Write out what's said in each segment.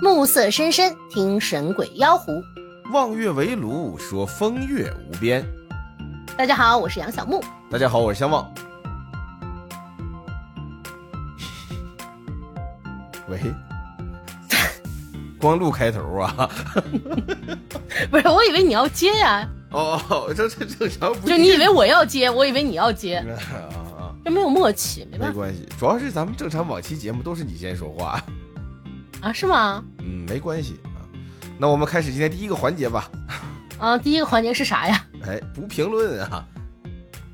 暮色深深，听神鬼妖狐。望月为炉，说风月无边。大家好，我是杨小木。大家好，我是相望。 喂， 光录开头啊？ 不是，我以为你要接呀、哦哦，这这正常不就你以为我要接，我以为你要接， 啊啊，这没有默契，没没办法关系，主要是咱们正常往期节目都是你先说话，啊，是吗？嗯，没关系啊。那我们开始今天第一个环节吧。啊，第一个环节是啥呀？哎，不评论啊？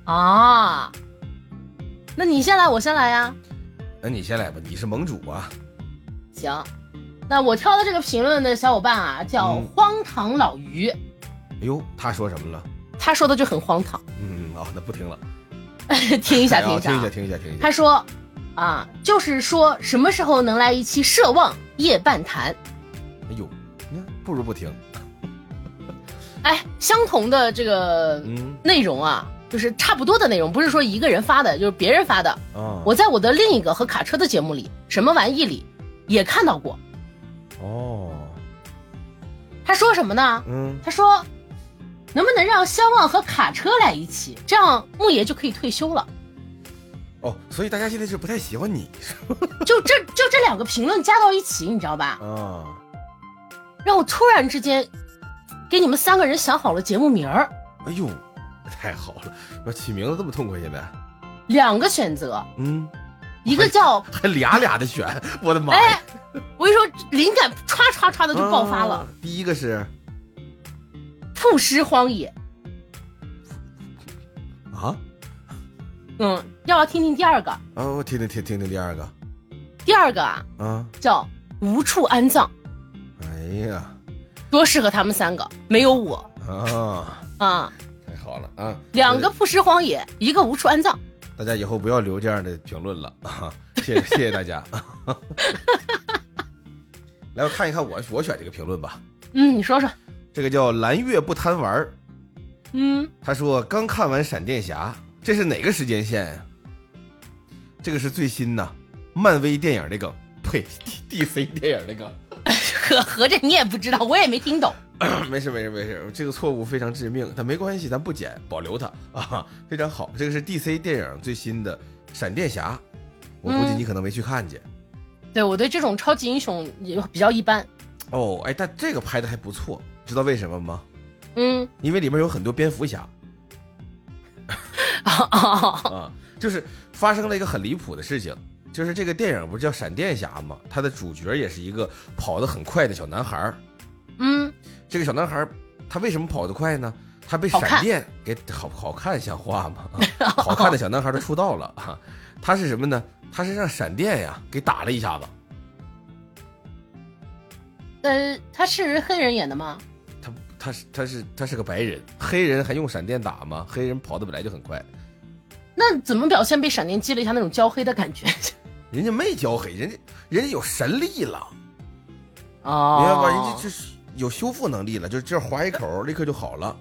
啊，那你先来，我先来呀。那你先来吧，你是盟主啊。行，那我挑的这个评论的小伙伴啊，叫嗯荒唐老于，哎呦，他说什么了？他说的就很荒唐， 嗯，哦，那不听了，听一下，哎听哦一下听啊一下，。听一下，听一下。他说，啊，就是说什么时候能来一期奢望夜半谈？哎呦，你看，不如不听。哎，相同的这个嗯内容啊，就是差不多的内容，不是说一个人发的，就是别人发的。啊，我在我的另一个和卡车的节目里，什么玩意里也看到过。哦，他说什么呢？嗯，他说，能不能让相望和卡车来一起，这样牧野就可以退休了。哦，所以大家现在是不太喜欢你是就这 就这两个评论加到一起，你知道吧？啊？让我突然之间给你们三个人想好了节目名儿，哎呦，太好了，我起名字这么痛快，现在，两个选择，嗯，一个叫还俩俩的选， 我的妈呀！哎，我跟你说，灵感唰唰唰的就爆发了啊。。第一个是曝尸荒野，啊，嗯，要不要听听第二个？啊，我听听听听听第二个第二个啊，啊，叫无处安葬，哎呀，多适合他们三个，没有我啊，啊。太好了啊！两个曝尸荒野，一个无处安葬。大家以后不要留这样的评论了啊！谢谢谢谢大家。 来，我看一看我我选这个评论吧。嗯，你说说，这个叫蓝月不贪玩儿，嗯， 他说刚看完《闪电侠》，这是哪个时间线呀、这个是最新呐，漫威电影的梗，呸，D C 电影的梗。合合着你也不知道，我也没听懂。 没事没事没事，这个错误非常致命，但没关系，咱不剪，保留它啊，非常好。这个是 D C 电影最新的《闪电侠》，我估计嗯你可能没去看去。对我对这种超级英雄也比较一般。哦，哎，但这个拍的还不错，知道为什么吗？嗯，因为里面有很多蝙蝠侠啊 啊，啊，就是发生了一个很离谱的事情，就是这个电影不是叫《闪电侠》吗？它的主角也是一个跑得很快的小男孩儿。嗯，这个小男孩儿他为什么跑得快呢？他被好看闪电给好好看像话吗？ 啊好看的小男孩都出道了啊！他是什么呢？他是让闪电呀给打了一下子。呃，他是黑人演的吗？他他是他是他是个白人，黑人还用闪电打吗？黑人跑的本来就很快，那怎么表现被闪电击了一下那种焦黑的感觉？ 人家没教黑，人家人家有神力了，哦明白吧？人家就是有修复能力了，就这划一口立刻就好了，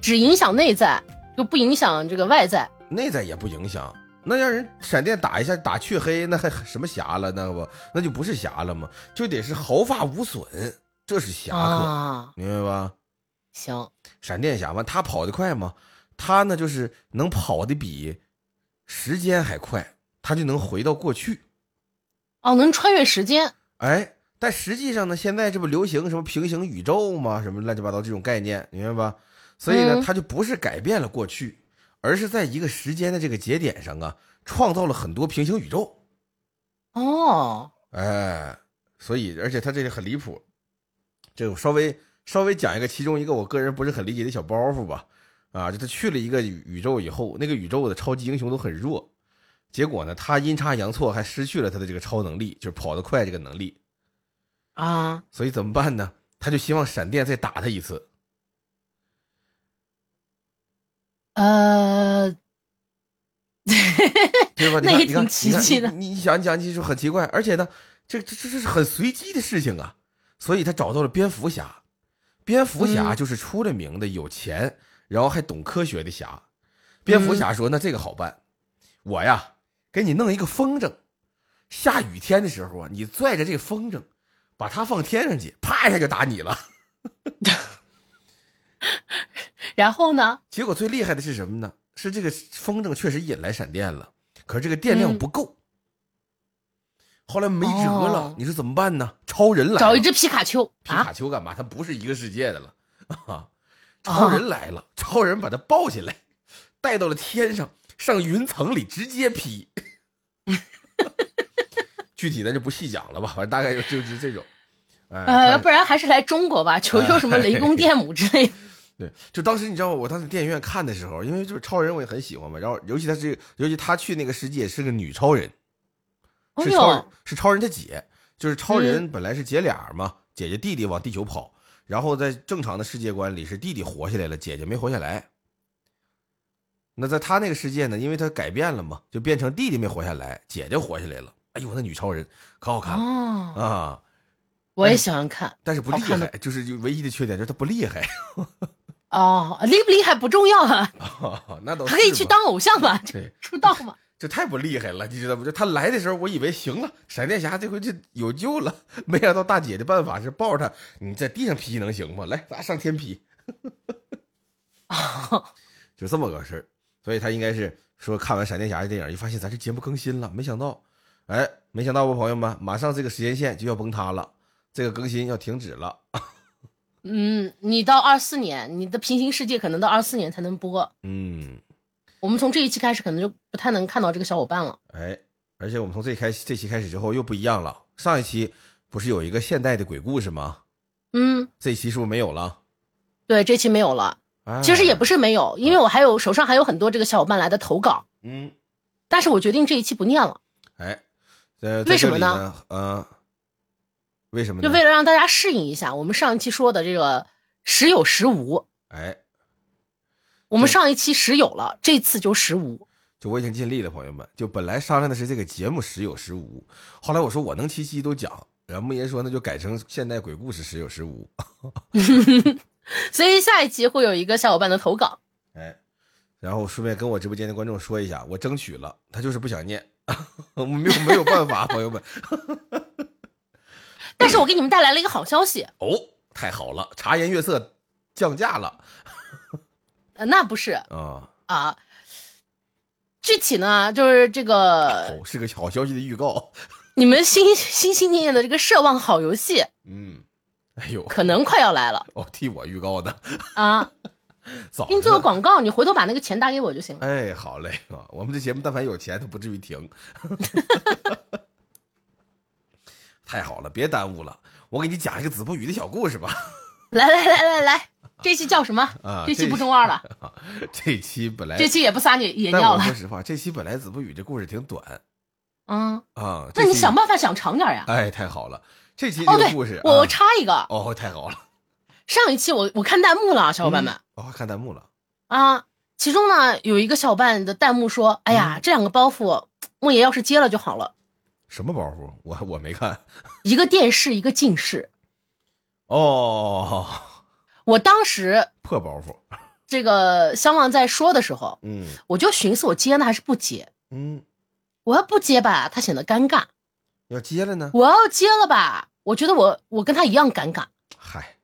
只影响内在，就不影响这个外在。内在也不影响。那让人闪电打一下打雀黑，那还什么侠了？那不那就不是侠了吗？就得是毫发无损，这是侠客，啊，明白吧？行，闪电侠嘛，他跑得快嘛，他呢就是能跑得比时间还快，他就能回到过去。哦，能穿越时间，哎，但实际上呢，现在这不流行什么平行宇宙吗？什么乱七八糟这种概念，明白吧？所以呢嗯，他就不是改变了过去，而是在一个时间的这个节点上啊，创造了很多平行宇宙。哦，哎，所以而且他这个很离谱，这我稍微稍微讲一个其中一个我个人不是很理解的小包袱吧，啊，就他去了一个宇宇宙以后，那个宇宙的超级英雄都很弱，结果呢，他阴差阳错还失去了他的这个超能力，就是跑得快这个能力，啊，所以怎么办呢？他就希望闪电再打他一次，呃，对吧？你那看也你看挺奇迹的你看你你想你想，你就很奇怪，而且呢，这这这这是很随机的事情啊。所以他找到了蝙蝠侠，蝙蝠侠嗯就是出了名的有钱，然后还懂科学的侠。蝙嗯蝠侠说：“那这个好办，我呀给你弄一个风筝，下雨天的时候啊，你拽着这个风筝，把他放天上去，啪一下就打你了。然后呢？结果最厉害的是什么呢？是这个风筝确实引来闪电了，可是这个电嗯量不够。后来没辙了，哦你说怎么办呢？超人来了，找一只皮卡丘啊皮啊卡！丘干嘛？他不是一个世界的了 啊！超人来了，超人把他抱起来，带到了天上，上云层里直接劈。 具体咱就不细讲了吧，反正大概就就是这种。哎，呃，看不然还是来中国吧，求求什么雷公电母之类的。对，就当时你知道吗？我当时电影院看的时候，因为就是超人我也很喜欢嘛，然后尤其他这，尤其他去那个世界是个女超人，哎是超人呦，是超人他姐，就是超人嗯本来是姐俩儿嘛，姐姐弟弟往地球跑，然后在正常的世界观里是弟弟活下来了，姐姐没活下来。那在他那个世界呢，因为他改变了嘛，就变成弟弟没活下来，姐姐活下来了。哎呦，那女超人可好看了、哦， 啊！我也喜欢看但是不厉好看害，就是就唯一的缺点就是她不厉害。 哦，厉不厉害不重要啊，那哦倒是 还可以去吧当偶像嘛，对出道嘛。这太不厉害了，你知道不？就他来的时候，我以为行了，闪电侠这回就有救了，没想到大姐的办法是抱着他，你在地上劈能行吗？来，咱上天劈，就这么个事儿。所以他应该是说看完闪电侠的电影，一发现咱这节目更新了，没想到，哎，没想到吧，朋友们，马上这个时间线就要崩塌了，这个更新要停止了。嗯，你到二四年，你的平行世界可能到二四年才能播。嗯，我们从这一期开始，可能就不太能看到这个小伙伴了。哎，而且我们从这开这期开始之后又不一样了，上一期不是有一个现代的鬼故事吗？嗯，这期是不是没有了？对，这期没有了。哎其实也不是没有，因为我还有手上还有很多这个小伙伴来的投稿，嗯，但是我决定这一期不念了，哎，呃，为什么呢呢？呃，为什么呢？就为了让大家适应一下我们上一期说的这个时有时无。哎，我们对上一期时有了，这次就时无。就我已经尽力了，朋友们。就本来商量的是这个节目时有时无，后来我说我能七期都讲，然后木爷说那就改成现代鬼故事时有时无。所以下一期会有一个小伙伴的投稿。哎，然后顺便跟我直播间的观众说一下，我争取了，他就是不想念，我没有没有办法，朋友们。但是我给你们带来了一个好消息，哦，太好了，茶颜悦色降价了呃，那不是啊！啊，具体呢就是这个哦，是个好消息的预告。你们心心心念念的这个奢望好游戏嗯，哎呦，可能快要来了哦，替我预告的，啊！早给你做呢个广告，你回头把那个钱打给我就行了。哎，好嘞 啊！我们这节目但凡有钱，它不至于停。 太好了，别耽误了。我给你讲一个子不语的小故事吧。 来来来来来，这期叫什么？啊这期这不中二了，这期本来，这期也不撒野野但尿我了说。实话，这期本来子不语这故事挺短嗯，啊。那这你期想？办法想长点呀。哎，太好了，这期哦，这个对故事，，我我啊插一个，哦，太好了，上一期我我看弹幕了啊，小伙伴们哦，看弹幕了，嗯啊，其中呢有一个小伙伴的弹幕说：“哎嗯呀，这两个包袱，莫言要是接了就好了，什么包袱？我我没看。一个电视，一个近视。哦，”我当时破包袱。这个相望在说的时候，嗯我就寻思我接呢还是不接？嗯，我要不接吧，他显得尴尬；要接了呢？我要接了吧，我觉得我我跟他一样尴尬。嗨，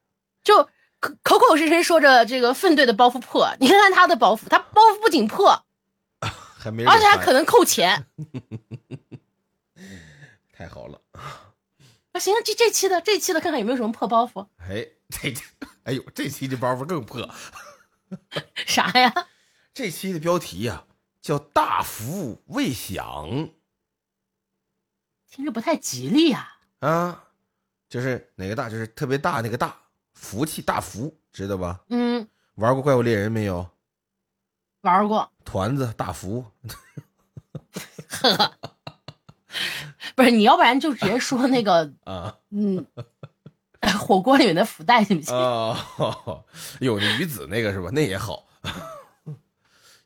就口口口声声说着这个粪队的包袱破，你看看他的包袱，他包袱不仅破，还没人而给且看。还可能扣钱。太好了。啊，行，这这期的这期的看看有没有什么破包袱，哎，这 这，哎呦，这期这包袱更破。啥呀？这期的标题呀、叫“大福未享听着不太吉利呀、”啊，就是哪个大，就是特别大那个大，福气大福，知道吧？嗯，玩过《怪物猎人》没有？玩过，团子大福，不是？你要不然就直接说那个， 啊嗯，火锅里面的福袋行不行？啊，有那鱼子那个是吧？那也好。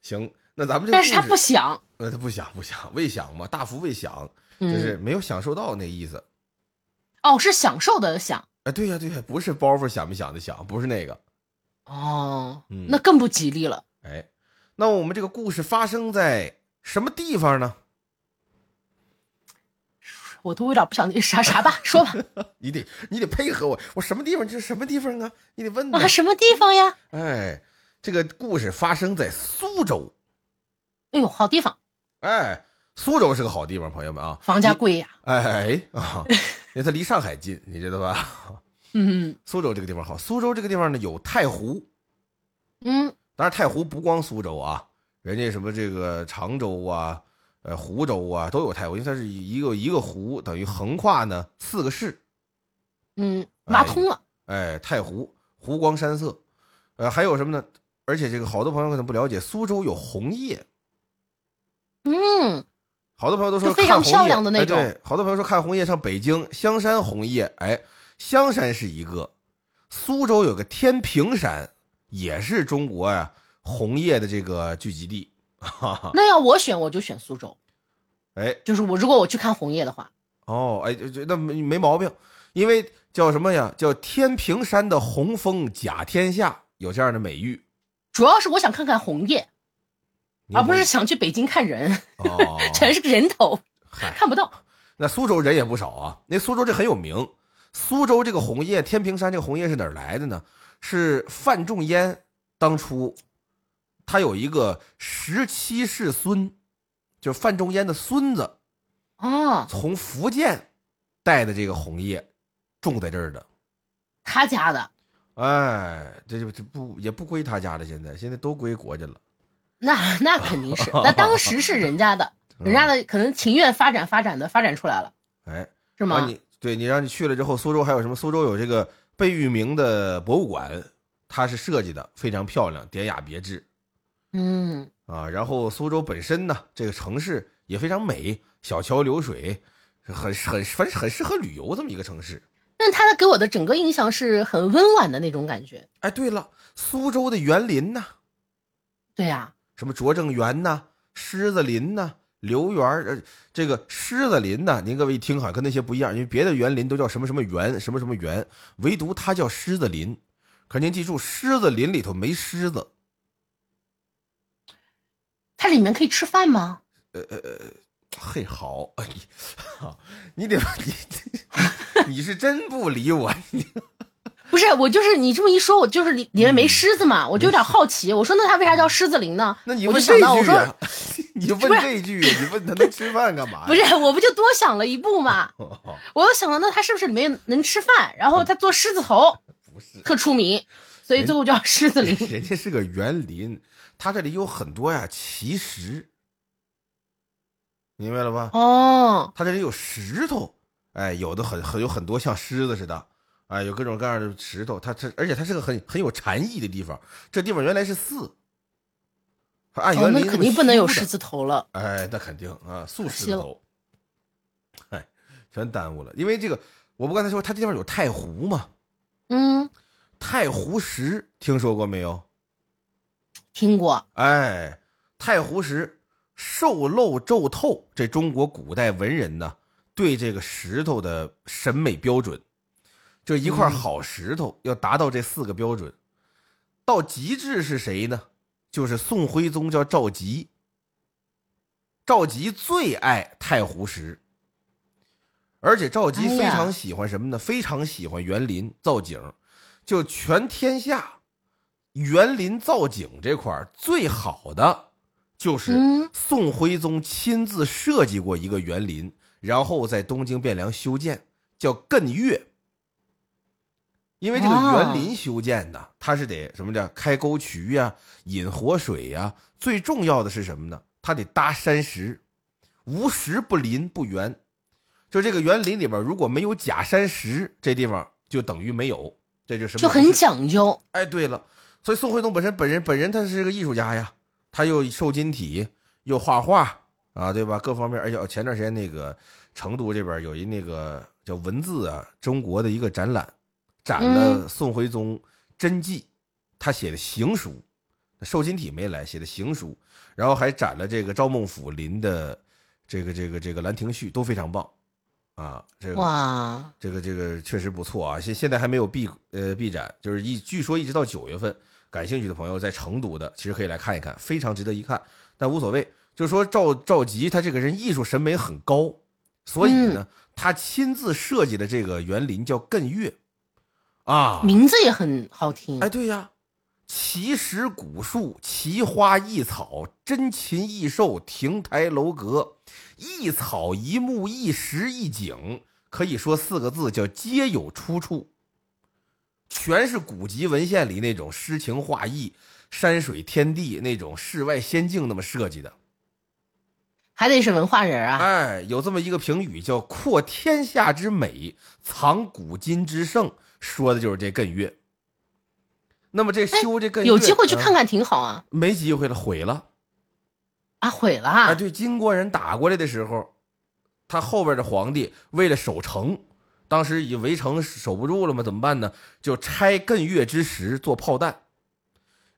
行，那咱们这个但是他故不事，想，呃，他不想不想未享嘛，大福未享，就嗯，是没有享受到那意思。哦，是享受的享，哎，对呀、对呀、不是包袱想不想的想，不是那个。哦，嗯那更不吉利了。哎，那我们这个故事发生在什么地方呢？我都有点不想那啥啥吧，说 吧 你得你得配合我，我什么地方这是什么地方啊？你得问我啊，。什么地方呀？哎，这个故事发生在苏州，哎呦，好地方，哎，苏州是个好地方，朋友们啊，房价贵呀。哎哎啊，因为它离上海近，你知道吧？嗯苏州这个地方好，苏州这个地方呢有太湖，嗯当然太湖不光苏州啊，人家什么这个常州啊、呃湖州啊都有太湖，因为它是一个一个湖等于横跨呢四个市，嗯，挖通了。哎，太湖湖光山色，呃，还有什么呢？而且这个好多朋友可能不了解，苏州有红叶，嗯，好多朋友都说就非看常红叶漂亮的那种哎对，好多朋友说看红叶上北京香山红叶，哎，香山是一个，苏州有个天平山，也是中国呀、红叶的这个聚集地，哈哈，那要我选，我就选苏州。哎。就是我如果我去看红叶的话，哦，哎，这这那没没毛病，因为叫什么呀？叫天平山的红枫甲天下，有这样的美誉，主要是我想看看红叶，而啊不是想去北京看人，，啊哦 全是个人头， 嗨，看不到。那苏州人也不少啊。那苏州这很有名，苏州这个红叶，天平山这个红叶是哪儿来的呢？是范仲淹当初，他有一个十七世孙，就是范仲淹的孙子，哦，从福建带的这个红叶，种在这儿的。他家的哎，这就这不也不归他家了，现在现在都归国家了。那那肯定 是，那当时是人家的，人家的可能情愿发展发展的发展出来了，哎，是然后吗？你对你让你去了之后，苏州还有什么？苏州有这个贝聿铭的博物馆，它是设计的非常漂亮，典雅别致嗯，啊。然后苏州本身呢，这个城市也非常美，小桥流水，很很反正很适合旅游这么一个城市。但他的给我的整个印象是很温婉的那种感觉。哎，对了，苏州的园林呐、对啊呀、什么拙政园呐、狮子林呐、刘园儿呃，这个狮子林呐、您各位一听哈，跟那些不一样，因为别的园林都叫什么什么园，什么什么园，唯独它叫狮子林。可您记住，狮子林里头没狮子，它里面可以吃饭吗？呃嘿，好，哎你好你得你你 你是真不理我，你不是，我就是你这么一说，我就是里里面嗯没狮子嘛，我就有点好奇。我说那它为啥叫狮子林呢？那你我就问想这到我句说、啊， 你就问不是这句啊，你问他能吃饭干哎嘛呀？不是，我不就多想了一步嘛。哦，我又想到那它是不是里面能吃饭？然后它做狮子头 不是。特出名，所以最后叫狮 子林。人家是个园林，它这里有很多呀奇石，明白了吧？哦，它这里有石头，哎，有的很很有很多像狮子似的，哎，有各种各样的石头。它它而且它是个很很有禅意的地方。这地方原来是寺，它按哦园林、那肯定不能有狮子，子头了。哎，那肯定啊，素可狮惜子了头，哎，全耽误了。因为这个，我不刚才说它这地方有太湖嘛，嗯，太湖石听说过没有？听过。哎，太湖石瘦漏皱透，这中国古代文人呢对这个石头的审美标准，这一嗯块好石头要达到这四个标准，到极致是谁呢？就是宋徽宗叫赵佶，赵佶最爱太湖石，而且赵佶哎非呀常喜欢什么呢？非常喜欢园林造景，就全天下园林造景这块儿最好的就是嗯宋徽宗亲自设计过一个园林，然后在东京汴梁修建，叫艮岳。因为这个园林修建呢，它是得什么叫开沟渠呀、引活水呀、最重要的是什么呢？它得搭山石，无石不林不园。就这个园林里边，如果没有假山石，这地方就等于没有，这就什么就都不很是讲究。哎，对了，所以宋徽宗本身本人本人他是个艺术家呀，他又瘦金体，又画画啊，对吧？各方面，而且哦前段时间那个成都这边有一那个叫文字啊中国的一个展览，展了宋徽宗真迹，他写的行书，瘦金体没来，写的行书，然后还展了这个赵孟俯林的这个这个这个《兰亭序》，都非常棒啊，这个哇，这个这个确实不错啊，现现在还没有闭呃闭展，就是一据说一直到九月份，感兴趣的朋友在成都的其实可以来看一看，非常值得一看，但无所谓。就是说赵赵佶他这个人艺术审美很高，所以呢，他亲自设计的这个园林叫艮岳，啊，名字也很好听哎，。对呀，奇石古树，奇花异草，珍禽异兽，亭台楼阁，一草一木一石一景，可以说四个字叫皆有出处。全是古籍文献里那种诗情画意、山水天地那种世外仙境那么设计的。还得是文化人啊。哎，有这么一个评语叫“扩天下之美，藏古今之盛”，说的就是这艮岳。那么这修这艮岳、哎有机会去看嗯、看挺好啊。没机会了，毁了。啊，毁了哎，啊！对，金国人打过来的时候，他后边的皇帝为了守城，当时以围城守不住了嘛，怎么办呢？就拆艮岳之石做炮弹，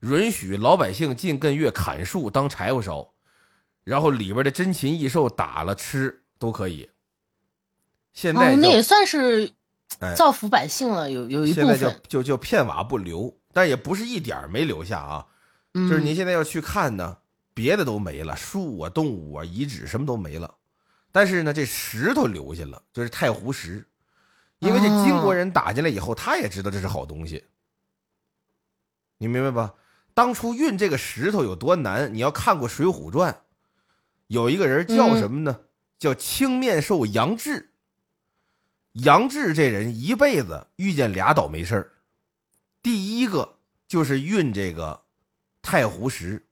允许老百姓进艮岳砍树当柴火烧，然后里边的珍禽异兽打了吃都可以。现在哦，叫、那也算是哎造福百姓了，有有一现部在叫分。就叫片瓦不留，但也不是一点儿没留下啊。嗯，就是您现在要去看呢，别的都没了，树啊、动物啊、遗址什么都没了，但是呢，这石头留下了，就是太湖石，因为这金国人打进来以后，他也知道这是好东西，你明白吧？当初运这个石头有多难，你要看过《水浒传》，有一个人叫什么呢？叫青面兽杨志。杨志这人一辈子遇见俩倒霉事儿，第一个就是运这个太湖石，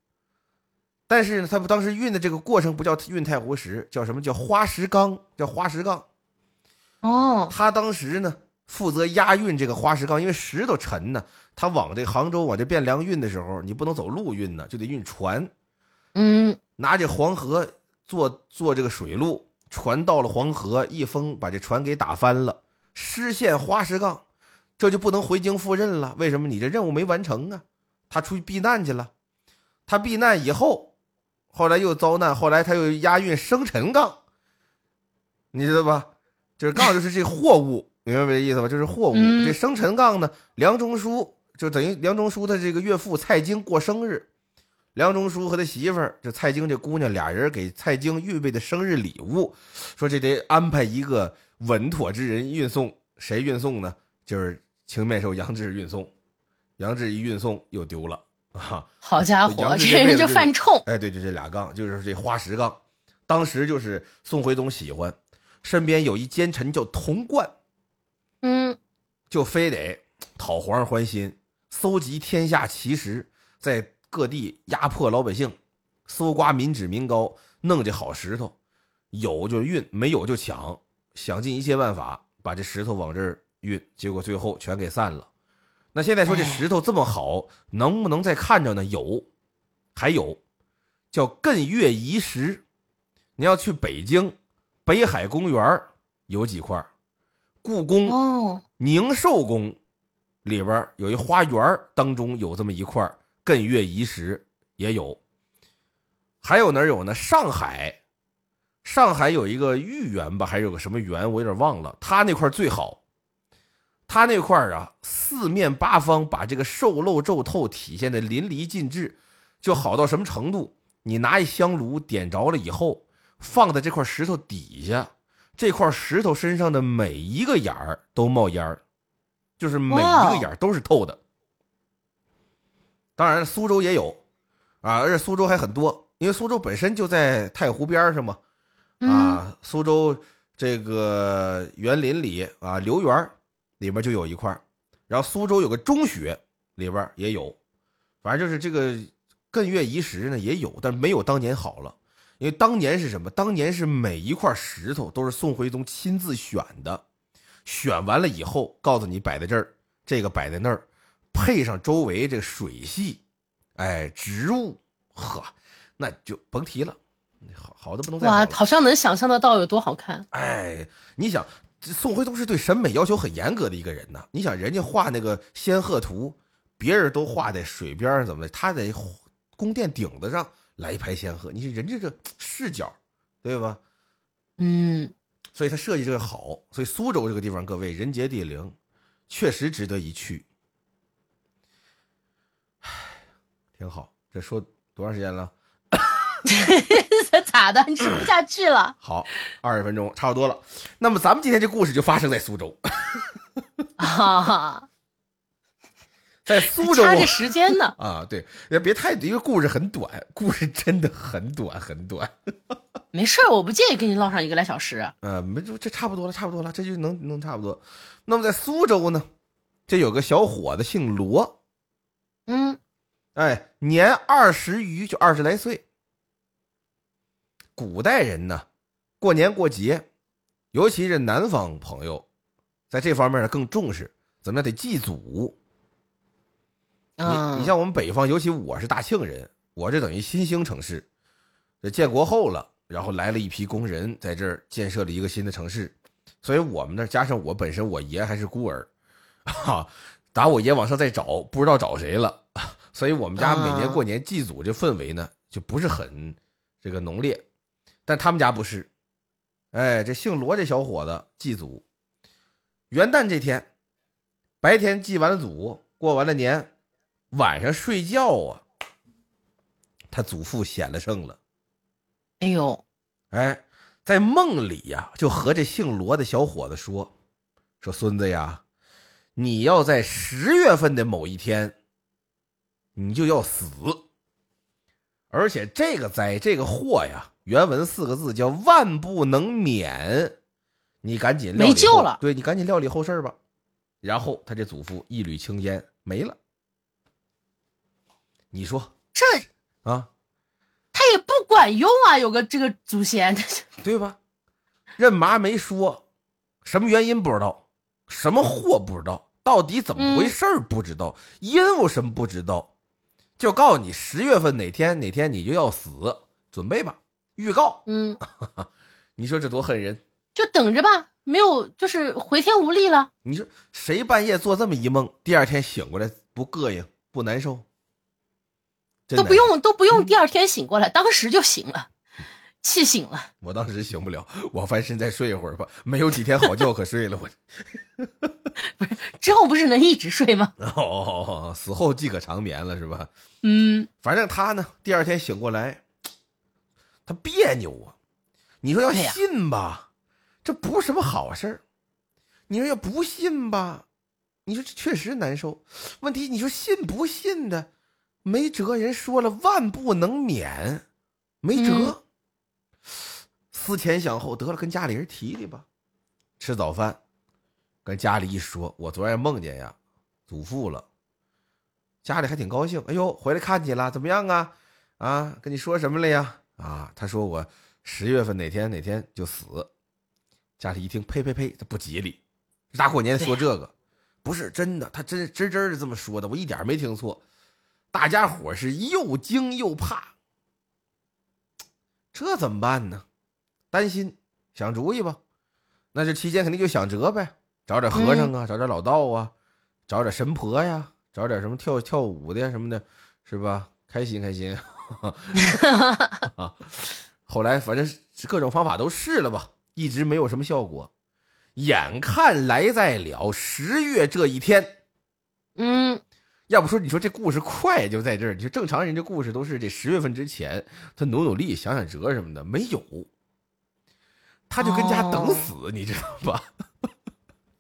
但是呢，他当时运的这个过程不叫运太湖石，叫什么叫花石纲，叫花石纲。哦，他当时呢负责押运这个花石纲，因为石头沉呢，他往这杭州往这汴梁运的时候，你不能走路运呢，就得运船。嗯，拿这黄河做做这个水路，船到了黄河，一风把这船给打翻了，失陷花石岗，这就不能回京赴任了。为什么？你这任务没完成啊！他出去避难去了，他避难以后，后来又遭难，后来他又押运生辰纲，你知道吧？就是杠就是这货物，明白我这意思吧？就是货物。嗯这生辰杠呢，梁中书就等于梁中书他这个岳父蔡京过生日，梁中书和他媳妇儿，就蔡京这姑娘，俩人给蔡京预备的生日礼物，说这得安排一个稳妥之人运送。谁运送呢？就是青面兽杨志运送。杨志一运送又丢了啊！好家杨伙，志这辈人子就犯冲。哎，对对，这俩杠就是这花石杠。当时就是宋徽宗喜欢，身边有一奸臣叫童贯，嗯，就非得讨皇上欢心，搜集天下奇石，在各地压迫老百姓，搜刮民脂民膏，弄这好石头，有就运，没有就抢，想尽一切办法把这石头往这儿运，结果最后全给散了。那现在说这石头这么好，能不能再看着呢？有，还有，叫艮岳遗石。你要去北京，北海公园儿有几块儿，故宫哦，宁寿宫里边有一花园儿，当中有这么一块儿艮岳遗石，也有。还有哪儿有呢？上海，上海有一个豫园吧，还是有个什么园，我有点忘了。它那块儿最好，它那块儿啊，四面八方把这个瘦肉皱透体现的淋漓尽致，就好到什么程度？你拿一香炉点着了以后，放在这块石头底下，这块石头身上的每一个眼儿都冒烟儿，就是每一哇个眼儿都是透的。当然，苏州也有啊，而且苏州还很多，因为苏州本身就在太湖边儿上嘛。嗯，啊，苏州这个园林里啊，刘园儿里面就有一块儿然后苏州有个中学里边儿也有，反正就是这个艮岳遗石呢也有，但没有当年好了，因为当年是什么？当年是每一块石头都是宋徽宗亲自选的，选完了以后告诉你摆在这儿，这个摆在那儿，配上周围这个水系，哎，植物，呵，那就甭提了，好好的不能再好哇了，好像能想象得到有多好看。哎，你想，这宋徽宗是对审美要求很严格的一个人呐。你想，人家画那个仙鹤图，别人都画在水边儿怎么的，他在宫殿顶子上来一排仙鹤，你说人家这视角，对吧？嗯，所以他设计这个好，所以苏州这个地方，各位人杰地灵，确实值得一去。唉，挺好。这说多长时间了？ 咋的？你吃不下去了好，二十分钟差不多了。那么咱们今天这故事就发生在苏州，啊？在苏州，掐着时间呢啊，对，也别太，因为故事很短，故事真的很短很短。没事儿，我不介意跟你唠上一个来小时。呃，没这这差不多了，差不多了，这就能能差不多。那么在苏州呢，这有个小伙子姓罗，嗯，哎，年二十余，就二十来岁。古代人呢，过年过节，尤其是南方朋友，在这方面呢更重视，怎么样得祭祖。啊你你像我们北方，尤其我是大庆人，我这等于新兴城市，这建国后了，然后来了一批工人，在这儿建设了一个新的城市，所以我们那儿加上我本身我爷还是孤儿，哈、啊打我爷往上再找，不知道找谁了， 所以我们家每年过年祭祖这氛围呢，就不是很这个浓烈，但他们家不是，哎，这姓罗这小伙子祭祖，元旦这天，白天祭完了祖，过完了年，晚上睡觉啊，他祖父显了圣了，哎呦，哎，在梦里呀、就和这姓罗的小伙子说，说孙子呀，你要在十月份的某一天，你就要死，而且这个灾这个祸呀，原文四个字叫万不能免，你赶紧料理没救后了对你赶紧料理后事儿吧。然后他这祖父一缕青烟没了，你说这啊，他也不管用啊，有个这个祖先，对吧？任麻没说，什么原因不知道，什么祸不知道，到底怎么回嗯事儿不知道，因为什么不知道，就告诉你十月份哪天哪天你就要死，准备吧，预告。嗯，你说这多恨人！就等着吧，没有就是回天无力了。你说谁半夜做这么一梦，第二天醒过来不膈应不难受？真都难不用都不用第二天醒过来，当时就醒了，气醒了。我当时醒不了，我翻身再睡一会儿吧，没有几天好觉可睡了。我 之后不是能一直睡吗？哦哦哦哦，死后即可长眠了是吧？嗯，反正他呢，第二天醒过来，他别扭啊。你说要对呀信吧，这不是什么好事儿。你说要不信吧，你说这确实难受。问题你说信不信的，没辙。人说了，万不能免，没辙。嗯思前想后，得了，跟家里人提提吧。吃早饭，跟家里一说，我昨儿梦见呀，祖父了。家里还挺高兴，哎呦，回来看你了，怎么样啊？啊，跟你说什么了呀？啊，他说我十月份哪天哪天就死。家里一听，呸呸呸，这不吉利，大过年说这个，不是真的，他真真真的这么说的，我一点没听错。大家伙是又惊又怕，这怎么办呢？担心，想主意吧。那这期间肯定就想辙呗，找点和尚啊，找点老道啊，找点神婆呀，找点什么跳跳舞的呀什么的，是吧？开心开心。 后来反正是各种方法都试了吧，一直没有什么效果。眼看来在了十月这一天，嗯，要不说你说这故事快就在这儿，你说正常人这故事都是这十月份之前，他努努力想想辙什么的，没有，他就跟家等死，哦你知道吧？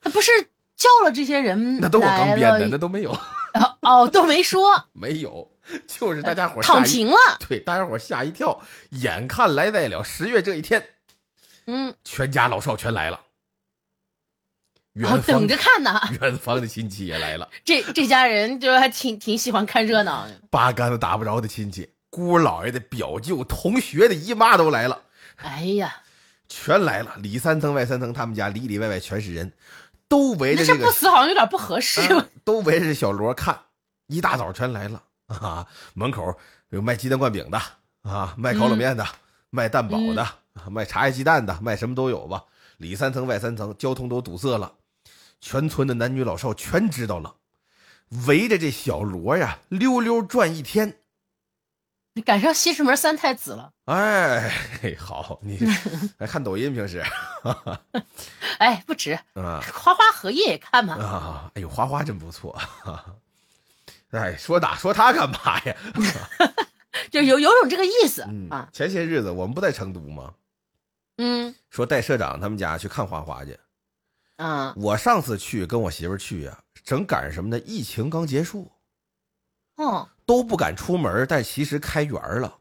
那不是叫了这些人那都我刚编的，来那了都没有，哦 哦，都没说，没有，就是大家伙吓躺一平了。对，大家伙吓一跳，眼看来在了十月这一天，嗯，全家老少全来了，远然后方等着看呢。远方的亲戚也来了，这这家人就还挺挺喜欢看热闹的。八竿子打不着的亲戚，姑姥爷的表舅、同学的姨妈都来了，哎呀，全来了，里三层外三层，他们家里里外外全是人，都围那着这个不死好像有点不合适吧？啊都围着小罗看，一大早全来了啊！门口有卖鸡蛋灌饼的啊，卖嗯烤冷面的，卖蛋堡的，啊卖茶叶鸡蛋的，卖什么都有吧。里三层外三层，交通都堵塞了，全村的男女老少全知道了，围着这小罗呀溜溜转一天。嗯你 赶上西直门三太子了。哎，嘿好， 你还看抖音平时哎，不止，啊？花花荷叶也看嘛。啊，哎呦，花 花真不错。哎，说打说他干嘛呀？就有有种这个意思嗯啊，，前些日子我们不在成都吗？嗯说带社长他们家去看花花去。啊，我上次去跟我媳妇儿去呀、正赶上什么呢？疫情刚结束，哦，都不敢出门，但其实开园儿了。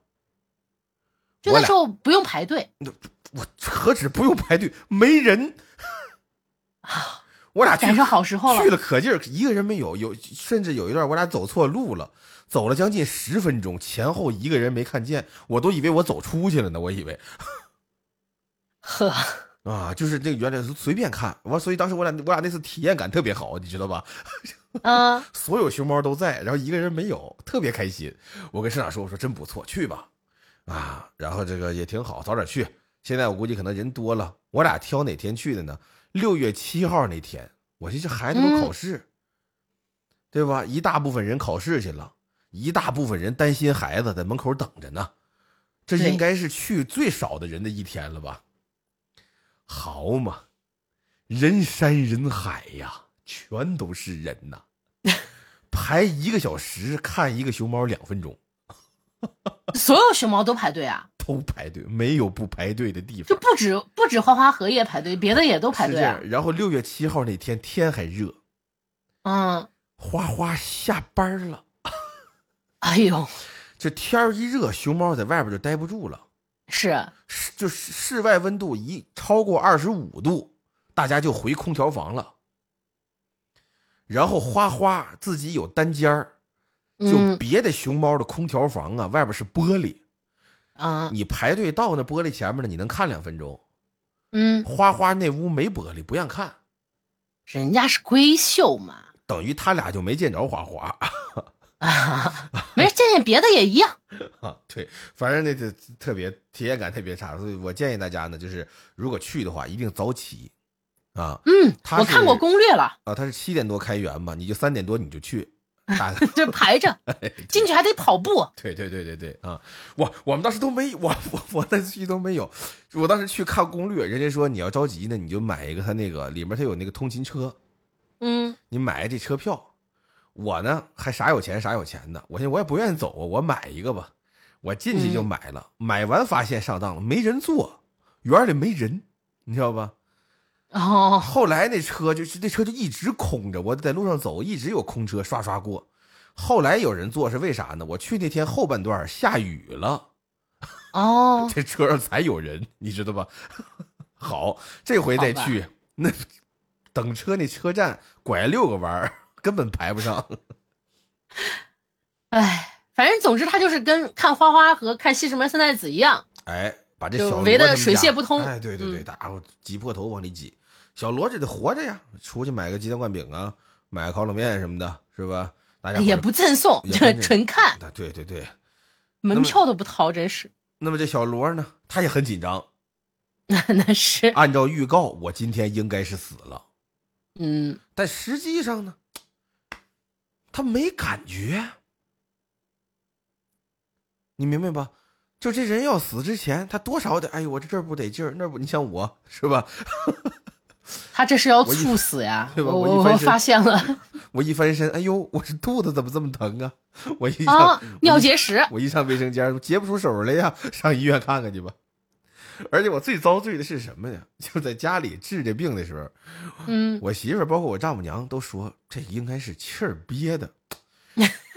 就我那俩时候不用排队我何止不用排队，没人。啊， 我俩去赶上好时候了，去了可劲儿，一个人没有，有甚至有一段我俩走错路了，走了将近十分钟，前后一个人没看见，我都以为我走出去了呢，我以为呵，啊，就是那个原来是随便看，完，所以当时我俩我俩那次体验感特别好，你知道吧？嗯所有熊猫都在，然后一个人没有，特别开心。我跟社长说，我说真不错，去吧，啊，然后这个也挺好，早点去。现在我估计可能人多了，我俩挑哪天去的呢？六月七号那天，我寻思孩子们嗯考试，对吧？一大部分人考试去了，一大部分人担心孩子在门口等着呢，这对应该是去最少的人的一天了吧？好嘛，人山人海呀，全都是人 呐。排一个小时看一个熊猫两分钟，所有熊猫都排队啊，都排队，没有不排队的地就方。不止不止花花荷叶排队，别的也都排是队这啊样。，然后六月七号那天天还热，嗯，花花下班了，哎呦，这天儿一热，熊猫在外边就待不住了，是啊室就室室外温度一超过二十五度，大家就回空调房了。然后花花自己有单间儿，就嗯别的熊猫的空调房啊，外边是玻璃，啊你排队到那玻璃前面呢，你能看两分钟。嗯，花花那屋没玻璃，不让看，人家是闺秀嘛，等于他俩就没见着花花。啊， 没人见见别的也一样。 对，反正那个特别体验感特别差，所以我建议大家呢，就是如果去的话，一定早起啊嗯，他我看过是攻略了，啊！他是七点多开园嘛，你就三点多你就去。大概这排着进去还得跑步。对对对对对啊！我我们当时都没我我我那次去都没有，我当时去看攻略，人家说你要着急呢，你就买一个他那个里面他有那个通勤车，嗯，你买这车票，我呢还啥有钱啥有钱的，我寻思我也不愿意走啊，我买一个吧。我进去就买了，买完发现上当了，没人坐，园里没人，你知道吧？哦，后来那车就是那车就一直空着，我在路上走一直有空车刷刷过。后来有人坐是为啥呢？我去那天后半段下雨了，哦，这车上才有人， 你知道吧？好，这回再好吧去那等车那车站拐六个弯儿 根本排 不上。哎，反正总之他就是跟看花花和看西直门三太子一样。哎，把这就小罗围得这么水一压泄不通哎，对对对，嗯大伙挤破头往里挤。小罗这得活着呀，出去买个鸡蛋灌饼啊，买个烤冷面什么的，是吧？大家伙哎也儿不赠送哎也不赠，送纯看，啊对对对。门票都不掏，真是， 那么这小罗呢，他也很紧张。那那是，按照预告，我今天应该是死了，嗯，但实际上呢，他没感觉。你明白吧？就这人要死之前，他多少得哎呦，我这这儿不得劲儿，那儿不，你像我是吧？他这是要我一猝死呀！ 对吧我我一翻我身发现 了我一翻身，哎呦，我这肚子怎么这么疼啊？我一上、啊，尿结石，我一上卫生间，解不出手来呀，上医院看看去吧。而且我最遭罪的是什么呀？就在家里治这病的时候，嗯，我媳妇儿包括我丈母娘都说这应该是气儿憋 的，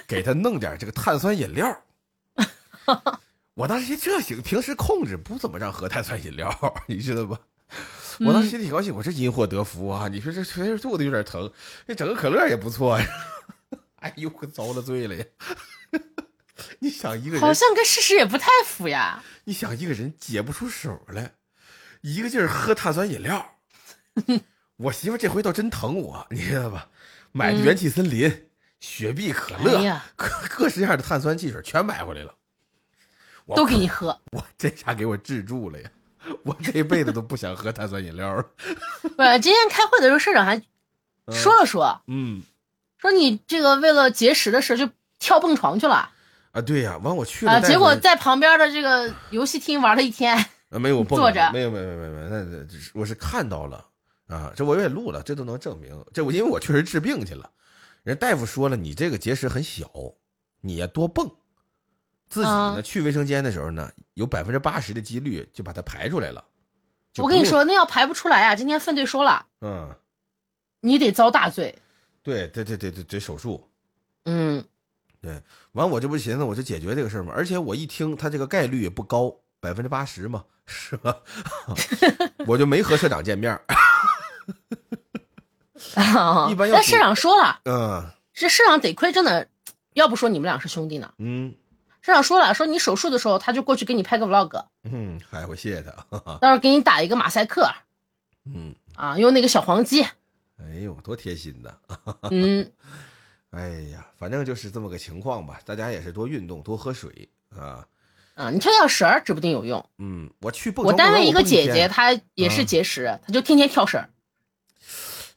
给她弄点这个碳酸饮料。 我当时寻思这行，平时控制不怎么让喝碳酸饮料，你知道吧？我当时心嗯里挺高兴，我这因祸得福啊！你说这确实肚子有点疼，这整个可乐也不错呀。 哎呦，可遭了罪了呀！ 你想一个好人，像跟事实也不太符呀。你想一个人解不出手来，一个劲儿喝碳酸饮料。 我媳妇这回倒真疼我，你知道吧？买的元气森林、雪碧、可嗯乐，哎呀各各式样的碳酸汽水全买回来了。我都给你喝， 我这下给我治住了呀！我这辈子都不想喝碳酸饮料了。不是，今天开会的时候，社长还说了说，嗯。说你这个为了节食的事就跳蹦床去了啊，对呀、完我去了啊，带回来，结果在旁边的这个游戏厅玩了一天。啊没有我蹦坐着没有没有没有没有没有，那那只是我是看到了啊，这我也录了，这都能证明，这我因为我确实治病去了，人大夫说了，你这个结石很小，你呀多蹦，自己呢、嗯去卫生间的时候呢，有百分之八十的几率就把它排出来了。就我跟你不用，说，那要排不出来啊，今天分队说了，嗯，你得遭大罪。对对对对对对，手术。嗯，完，我这不是寻思我就解决这个事儿嘛，而且我一听他这个概率也不高，百分之八十嘛， 是吧？我就没和社长见面儿。一般那要主社长说了，嗯这社长得亏真的，要不说你们俩是兄弟呢。嗯社长说了，说你手术的时候，他就过去给你拍个 vlog，嗯，哎，我谢谢他。到时候给你打一个马赛克嗯，啊，用那个小黄 鸡。哎呦，多贴心呐！嗯，哎呀，反正就是这么个情况吧。大家也是多运动，多喝水啊。啊，你跳跳绳儿指不定有用。嗯，我去蹦我床单不能位一个蹦姐天姐，她也是嗯节食，她就天天跳绳儿。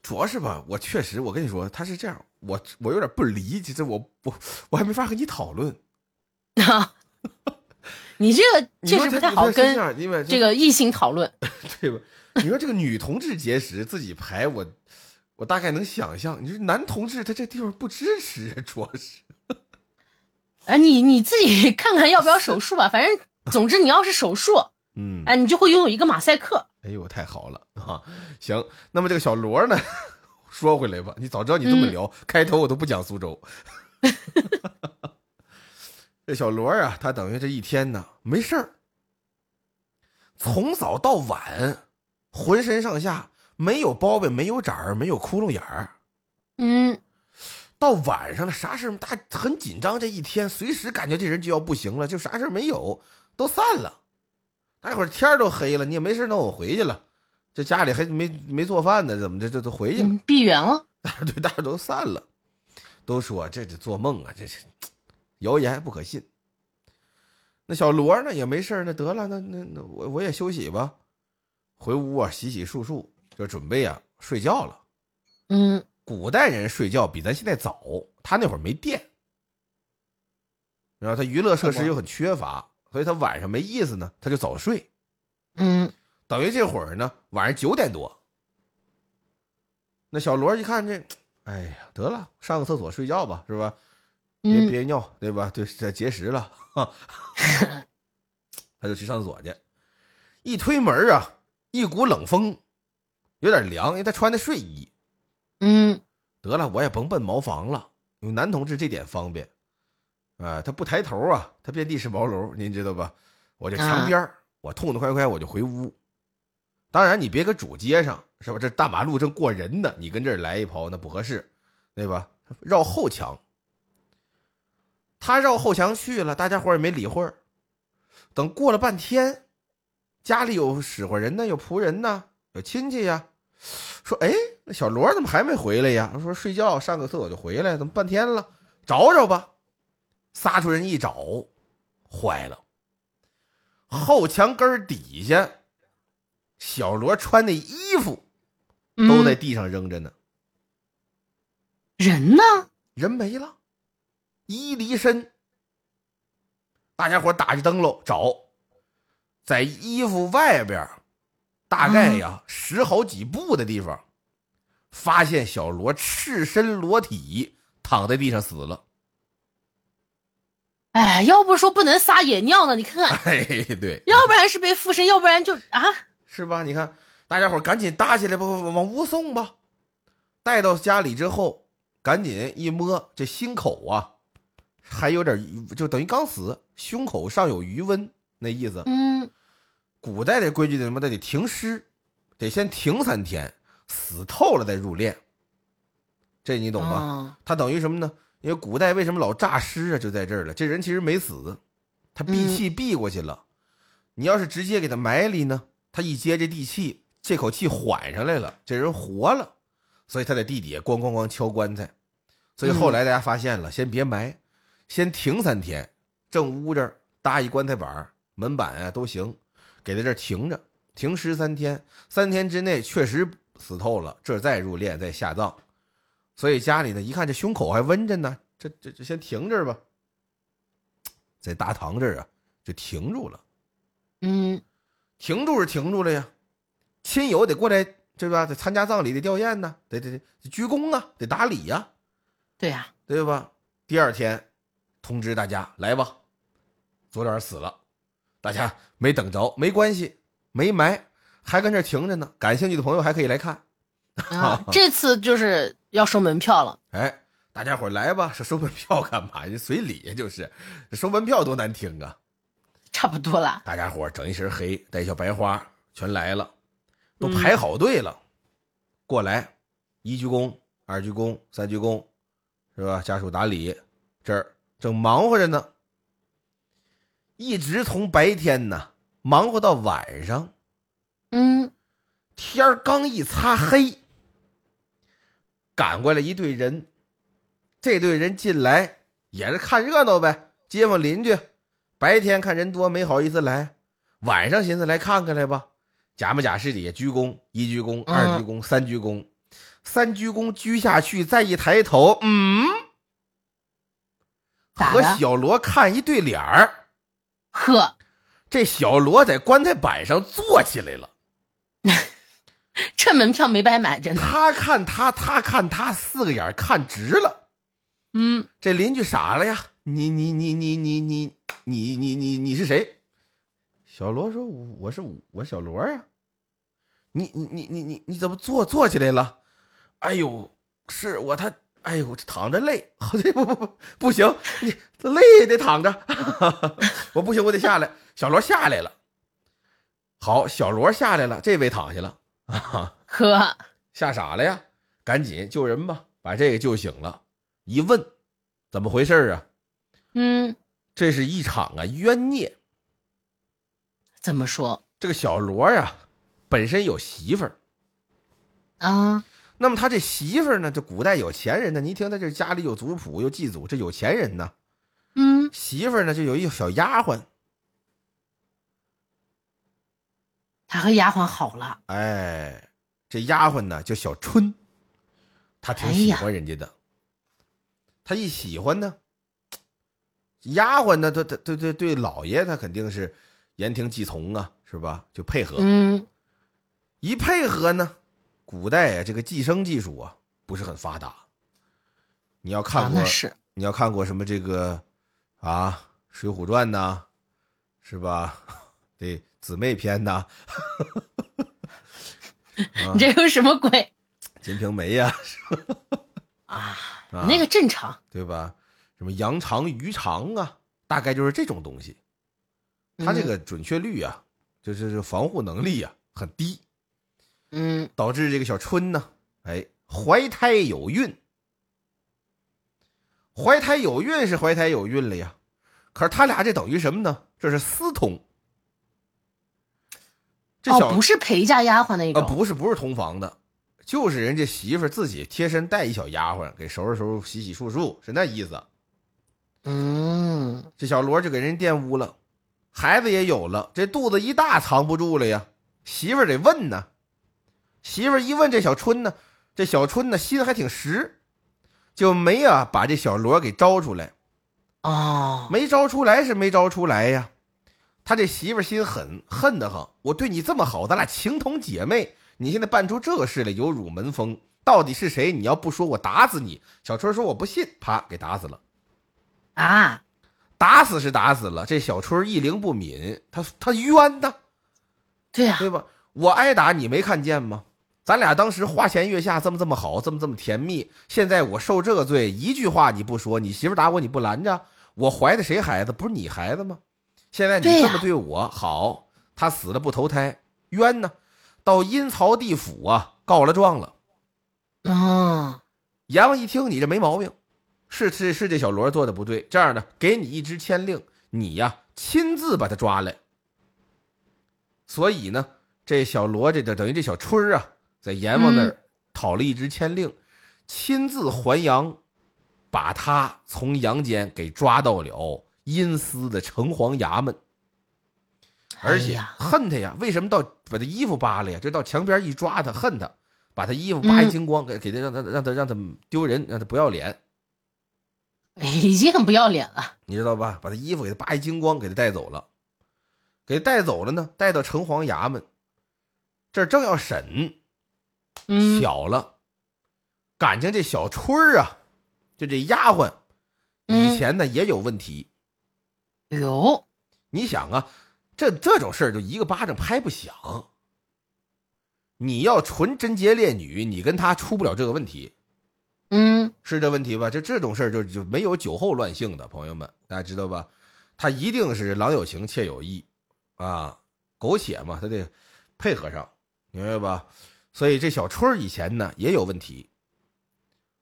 主要是吧，我确实，我跟你说，他是这样，我我有点不理解，这我我我还没法和你讨论，你这个你确说实他不太好这跟样因为这个异性讨论。 对吧？你说这个女同志节食自己排，我我大概能想象。你说男同志他这地方不支持，主要是哎，你你自己 看看要不要手术吧，反正总之你要是手术，嗯，哎，你就会拥有一个马赛克。哎呦太好了啊！行，那么这个小罗呢， 说回来吧，你早知道你这么聊，开头我都不讲苏州。 这小罗啊，他等于这一天呢没事儿，从早到晚，浑身上下没有包呗，没有褶儿，没有窟窿眼儿。嗯，到晚上了，啥事儿大很紧张，这一天随时感觉这人就要不行了，就啥事儿没有，都散了。那会儿天儿都黑了，你也没事弄，我回去了。这家里还没没做饭呢，怎么这这都回去了？嗯闭园了。对，大家都散了，都说这这做梦啊，这是谣言不可信。那小罗呢也没事儿那得了，那那那我我也休息吧，回屋啊洗洗漱漱，就准备啊睡觉了。嗯，古代人睡觉比咱现在早，他那会儿没电，然后他娱乐设施又很缺乏，所以他晚上没意思呢，他就早睡。嗯，等于这会儿呢，晚上九点多，那小罗一看这，哎呀，得了，上个厕所睡觉吧，是吧？别嗯憋尿，对吧？对，这节食了， 他就去上厕所去。一推门啊，一股冷风，有点凉，因为他穿的睡衣。嗯得了，我也甭奔茅房了，因为男同志这点方便，啊、他不抬头啊，他遍地是毛楼，您知道吧？我就墙边儿、我痛痛快快我就回屋。当然，你别搁主街上，是吧？这大马路正过人呢，你跟这儿来一泡那不合适，对吧？绕后墙，他绕后墙去了，大家伙儿也没理会儿。等过了半天，家里有使唤人呢，有仆人呢，有亲戚呀，说：“哎，那小罗怎么还没回来呀？”说睡觉上个厕所就回来，怎么半天了？找找吧。仨出人一找，坏了，后墙根儿底下，小罗穿的衣服嗯，都在地上扔着呢，人呢？人没了，衣离身。大家伙打着灯笼找，在衣服外边儿，大概呀、十好几步的地方，发现小罗赤身裸体躺在地上死了。 哎，要不说不能撒野尿呢，你看 看，哎，对，要不然是被附身，要不然就啊，是吧？你看，大家伙儿赶紧搭起来吧，往往屋送吧。带到家里之后，赶紧一摸这心口啊，还有点余就等于刚死，胸口上有余温，那意思。嗯古代的规矩怎么的得停尸，得先停三天，死透了再入殓。这你懂吧？啊他等于什么呢？因为古代为什么老诈尸啊？就在这儿了，这人其实没死，他闭气闭过去了。你要是直接给他埋里呢，他一接这地气，这口气缓上来了，这人活了，所以他在地底下咣咣咣敲棺材。所以后来大家发现了，先别埋，先停三天，正屋这儿搭一棺材板儿、门板啊都行，给在这儿停着，停尸三天，三天之内确实死透了，这再入殓再下葬。所以家里呢一看这胸口还温着呢，这这这先停这儿吧，在大堂这儿啊就停住了，嗯停住是停住了呀，亲友得过来对吧？得参加葬礼，得吊唁呐，得得得得鞠躬啊，得打礼呀、 对呀、啊对吧？第二天通知大家来吧，左脸死了，大家没等着，没关系，没埋，还跟这儿停着呢。感兴趣的朋友还可以来看。啊，这次就是要收门票了，哎，大家伙儿来吧，说收门票干嘛？人随礼呀，就是收门票多难听啊！差不多了。大家伙儿整一身黑，带一小白花，全来了，都排好队了，过来，一鞠躬，二鞠躬，三鞠躬，是吧？家属打理，这儿正忙活着呢，一直从白天呢忙活到晚上，嗯，天儿刚一擦黑，赶过来一队人，这队人进来也是看热闹呗，街坊邻居，白天看人多没好意思来，晚上寻思来看看来吧，假模假式的也鞠躬，一鞠躬，嗯二鞠躬，三鞠躬，三鞠躬鞠下去，再一抬头，嗯，咋和的？小罗看一对脸儿，呵，这小罗在棺材板上坐起来了。这门票没白买，真的。他看他，他看他，四个眼儿看直了。嗯，这邻居傻了呀！你你你你你你你你你你是谁？小罗说：“我我是我小罗呀、你你你你你你怎么坐坐起来了？哎呦，是我他哎呦躺着累， 这不不不不行，你累也得躺着， 我不行我得下来。小罗下来了，好，小罗下来了，这位躺下了啊。”呵，吓傻了呀，赶紧救人吧，把这个救醒了。一问，怎么回事儿啊？嗯，这是一场啊冤孽。怎么说这个小罗呀、本身有媳妇儿，啊？那么他这媳妇儿呢，这古代有钱人呢，你一听他这家里有族谱有祭祖，这有钱人呢，嗯，媳妇儿呢就有一小丫鬟，他和丫鬟好了，哎，这丫鬟呢叫小春，她挺喜欢人家的。她一喜欢呢，丫鬟呢，她她对对对老爷，她肯定是言听计从啊，是吧？就配合，嗯，一配合呢，古代啊这个计生技术啊不是很发达。你要看啊，过、那是，你要看过什么这个啊《水浒传》呐，是吧？ 这姊妹篇呐，啊你这有什么鬼《金瓶梅》呀， 啊？啊那个正常，对吧？什么羊肠、鱼肠啊，大概就是这种东西。嗯它这个准确率啊，就是这防护能力啊很低，嗯，导致这个小春呢，哎，怀胎有孕。怀胎有孕是怀胎有孕了呀，可是他俩这等于什么呢？这是私通。这嗯小、哦，不是陪嫁丫鬟那啊，种，不是不是同房的，就是人家媳妇儿自己贴身带一小丫鬟，给收拾收拾、洗洗漱漱，是那意思。嗯，这小罗就给人玷污了，孩子也有了，这肚子一大藏不住了呀。媳妇儿得问呢，媳妇儿一问这小春呢，这小春呢心还挺实，就没啊把这小罗给招出来，哦，没招出来是没招出来呀。他这媳妇儿心狠，恨得很。我对你这么好，咱俩情同姐妹，你现在办出这个事来，有辱门风。到底是谁？你要不说，我打死你！小春说我不信，啪给打死了。啊，打死是打死了，这小春一灵不敏，他他冤 呐，对啊呀、对吧？我挨打你没看见吗？咱俩当时花前月下，这么这么好，这么这么甜蜜，现在我受这个罪，一句话你不说，你媳妇打我你不拦着，我怀的谁孩子？不是你孩子吗？现在你对呀这么对我好，他死了不投胎，冤呐！到阴曹地府啊，告了状了。嗯，阎王一听你这没毛病，是是是这小罗做的不对，这样的给你一支签令，你呀、亲自把他抓来。所以呢，这小罗这这等于这小春儿啊，在阎王那嗯儿讨了一支签令，亲自还阳，把他从阳间给抓到了阴司的城隍衙门。而哎且呀恨他呀，为什么到把他衣服扒了呀？就到墙边一抓他，恨他，把他衣服扒一嗯精光，给给他让他让他让他丢人，让他不要脸，哎已经很不要脸了，你知道吧？把他衣服给他扒一精光，给他带走了，给他带走了呢，带到城隍衙门，这儿正要审，嗯，巧了，感情这小春儿啊，就这丫鬟，嗯以前呢也有问题，有，你想啊，这这种事儿就一个巴掌拍不响。你要纯贞洁烈女，你跟他出不了这个问题，嗯，是这问题吧？就这种事儿就就没有酒后乱性的，朋友们，大家知道吧？他一定是郎有情妾有意，啊，苟且嘛，他得配合上，明白吧？所以这小春儿以前呢也有问题，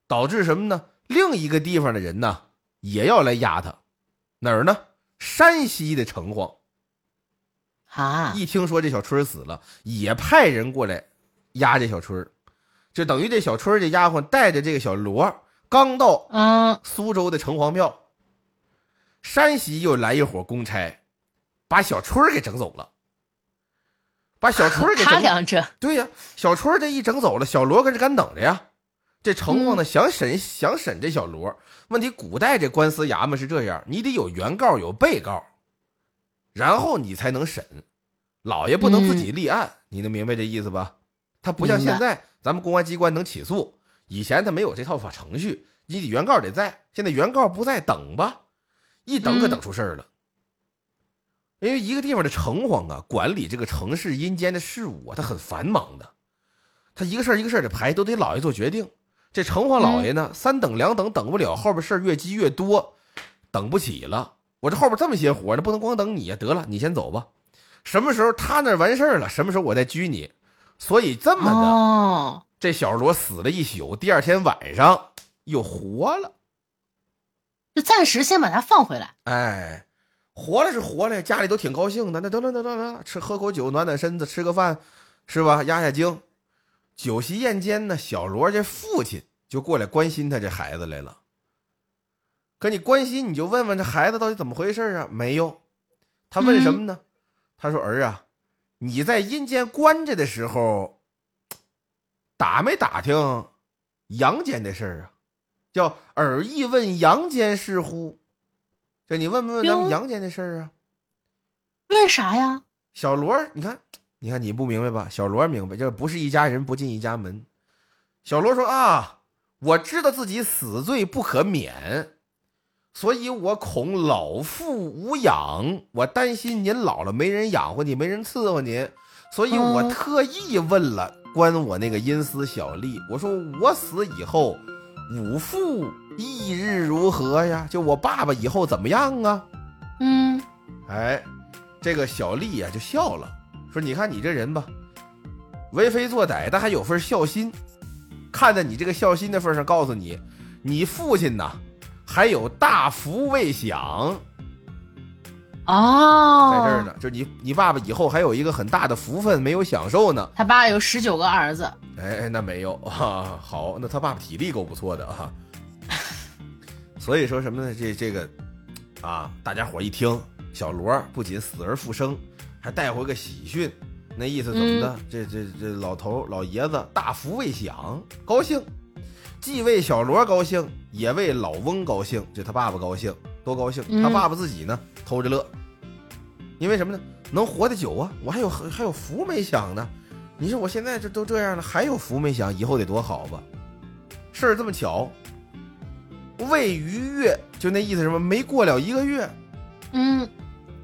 导致什么呢？另一个地方的人呢也要来压他，哪儿呢？山西的城隍啊，一听说这小春儿死了，也派人过来压这小春儿，就等于这小春儿这丫鬟带着这个小罗儿刚到嗯，苏州的城隍庙，山西又来一伙公差，把小春儿给整走了，把小春儿 给他整俩这，对呀、小春儿这一整走了，小罗跟这干等着呀。这城嗯隍呢，想审想审这小罗，问题古代这官司衙门是这样，你得有原告有被告，然后你才能审。老爷不能自己立案，你能明白这意思吧？他不嗯像明白现在咱们公安机关能起诉，以前他没有这套法程序，你得原告得在，现在原告不在，等吧，一等可嗯等出事儿了。因为一个地方的城隍啊，管理这个城市阴间的事务啊，他很繁忙的，他一个事儿一个事儿的排，都得老爷做决定。这城隍嗯老爷呢，三等两等等不了，后边事儿越积越多，等不起了。我这后边这么些活呢，不能光等你呀。啊得了，你先走吧。什么时候他那儿完事儿了，什么时候我再拘你。所以这么的，哦，这小罗死了一宿，第二天晚上又活了。就暂时先把他放回来，哎，活了是活了，家里都挺高兴的。那得了得了得了，吃喝口酒，暖暖身子，吃个饭，是吧？压压惊。酒席宴间呢，小罗这父亲就过来关心他这孩子来了。可你关心，你就问问这孩子到底怎么回事啊？没有，他问什么呢？他说：“儿啊，你在阴间关着的时候，打没打听阳间的事儿啊？叫尔亦问阳间事乎？这你问不问咱们哟阳间的事儿啊？问啥呀？小罗儿，你看，你看你不明白吧？小罗儿明白，这不是一家人不进一家门。小罗说啊，我知道自己死罪不可免，所以我恐老父无养，我担心您老了没人养活你，没人伺候您，所以我嗯特意问了关我那个阴司小吏，我说我死以后，五父翌日如何呀？就我爸爸以后怎么样啊？嗯，哎，这个小丽呀、就笑了，说：“你看你这人吧，为非作歹，但还有份孝心。看在你这个孝心的份上，告诉你，你父亲呐，还有大福未享哦，在这儿呢，就是你你爸爸以后还有一个很大的福分没有享受呢。他爸有十九个儿子，哎，那没有 啊，好，那他爸爸体力够不错的啊。 所以说什么呢？这这个啊，大家伙一听，小罗不仅死而复生，还带回个喜讯，那意思怎么的？这这这老头老爷子大福未享，高兴，既为小罗高兴，也为老翁高兴，就他爸爸高兴，多高兴！他嗯爸爸自己呢偷着乐，因为什么呢？能活得久啊，我还有还有福没享呢。你说我现在这都这样了，还有福没享，以后得多好吧？事儿这么巧，未逾越，就那意思什么？没过了一个月，嗯，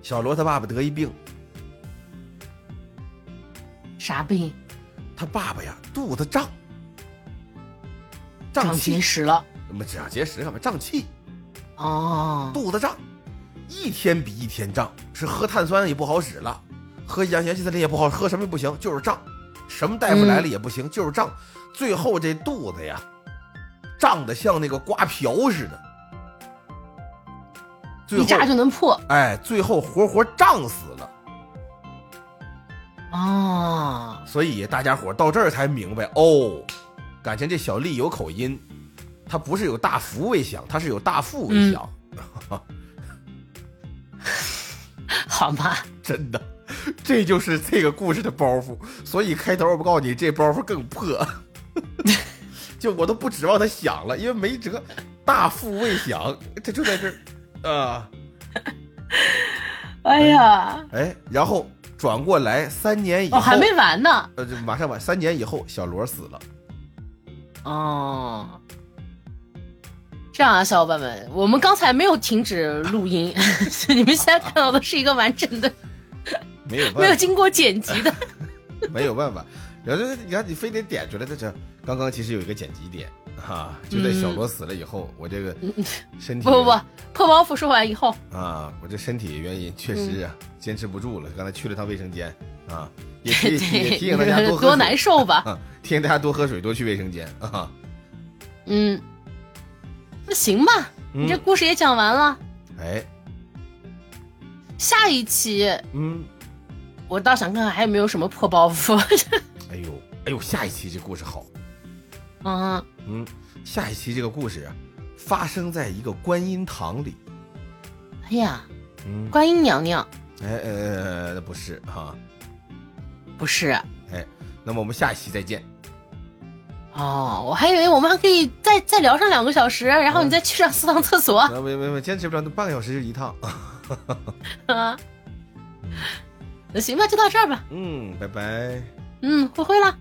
小罗他爸爸得一病，啥病？他爸爸呀肚子胀，胀长气结，石了，什么长结石干嘛？胀气，哦，肚子胀，一天比一天胀，是喝碳酸也不好使了，喝阳元气森林也不好，喝什么也不行，就是胀，什么大夫嗯来了也不行，就是胀，最后这肚子呀，胀得像那个瓜瓢似的，最一扎后就能破，哎，最后活活胀死了。哦，所以大家伙到这儿才明白哦，感情这小丽有口音，她不是有大福为享，她是有大富嗯为享，好嘛，真的，这就是这个故事的包袱。所以开头我不告诉你，这包袱更破， 就我都不指望他想了，因为没辙，大富未享，他就在这儿啊，哎呀，哎，然后转过来三年以后，哦，还没完呢，呃，就马上吧，三年以后小罗死了。哦，这样啊，小伙伴们，我们刚才没有停止录 音，你们现在看到的是一个完整的、没有没有办经过剪辑嗯的。法，没有办法。然后你看，你非得点出来，这这刚刚其实有一个剪辑点啊，就在小罗死了以后，我这个身体不不不，破包袱说完以 后，啊，我这身体原因确嗯实啊坚持不住了，刚才去了趟卫生间啊， 也提也提醒大家多喝多水难受吧？啊，提醒大家多喝水，多去卫生间啊。嗯，那行吧，嗯你这故事也讲完了，哎，下一期嗯，我倒想看看还有没有什么破包袱。 哎呦，哎呦，下一期这故事好，嗯，嗯，下一期这个故事啊，发生在一个观音堂里，哎呀，嗯，观音娘娘哎呃，那不是哈、啊，不是哎，那么我们下一期再见，哦，我还以为我们还可以再再聊上两个小时，然后你再去上四趟厕所。啊，没没没，坚持不了，半个小时就一趟，啊， 那行吧，就到这儿吧。嗯，拜拜。嗯，灰灰了，